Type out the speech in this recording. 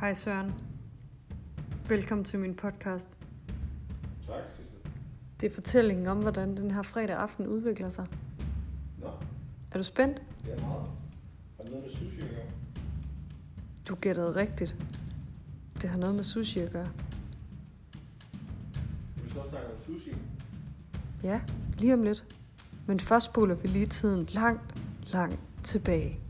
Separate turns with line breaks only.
Hej Søren. Velkommen til min podcast.
Tak, Sissel.
Det er fortællingen om, hvordan den her fredag aften udvikler sig.
Nå,
Er du spændt?
det er meget. Har du noget med sushi at gøre?
Du gættede rigtigt. Det har noget med sushi at gøre.
Vi skal også snakke om sushi.
Ja, lige om lidt. Men først spoler vi lige tiden langt, langt tilbage.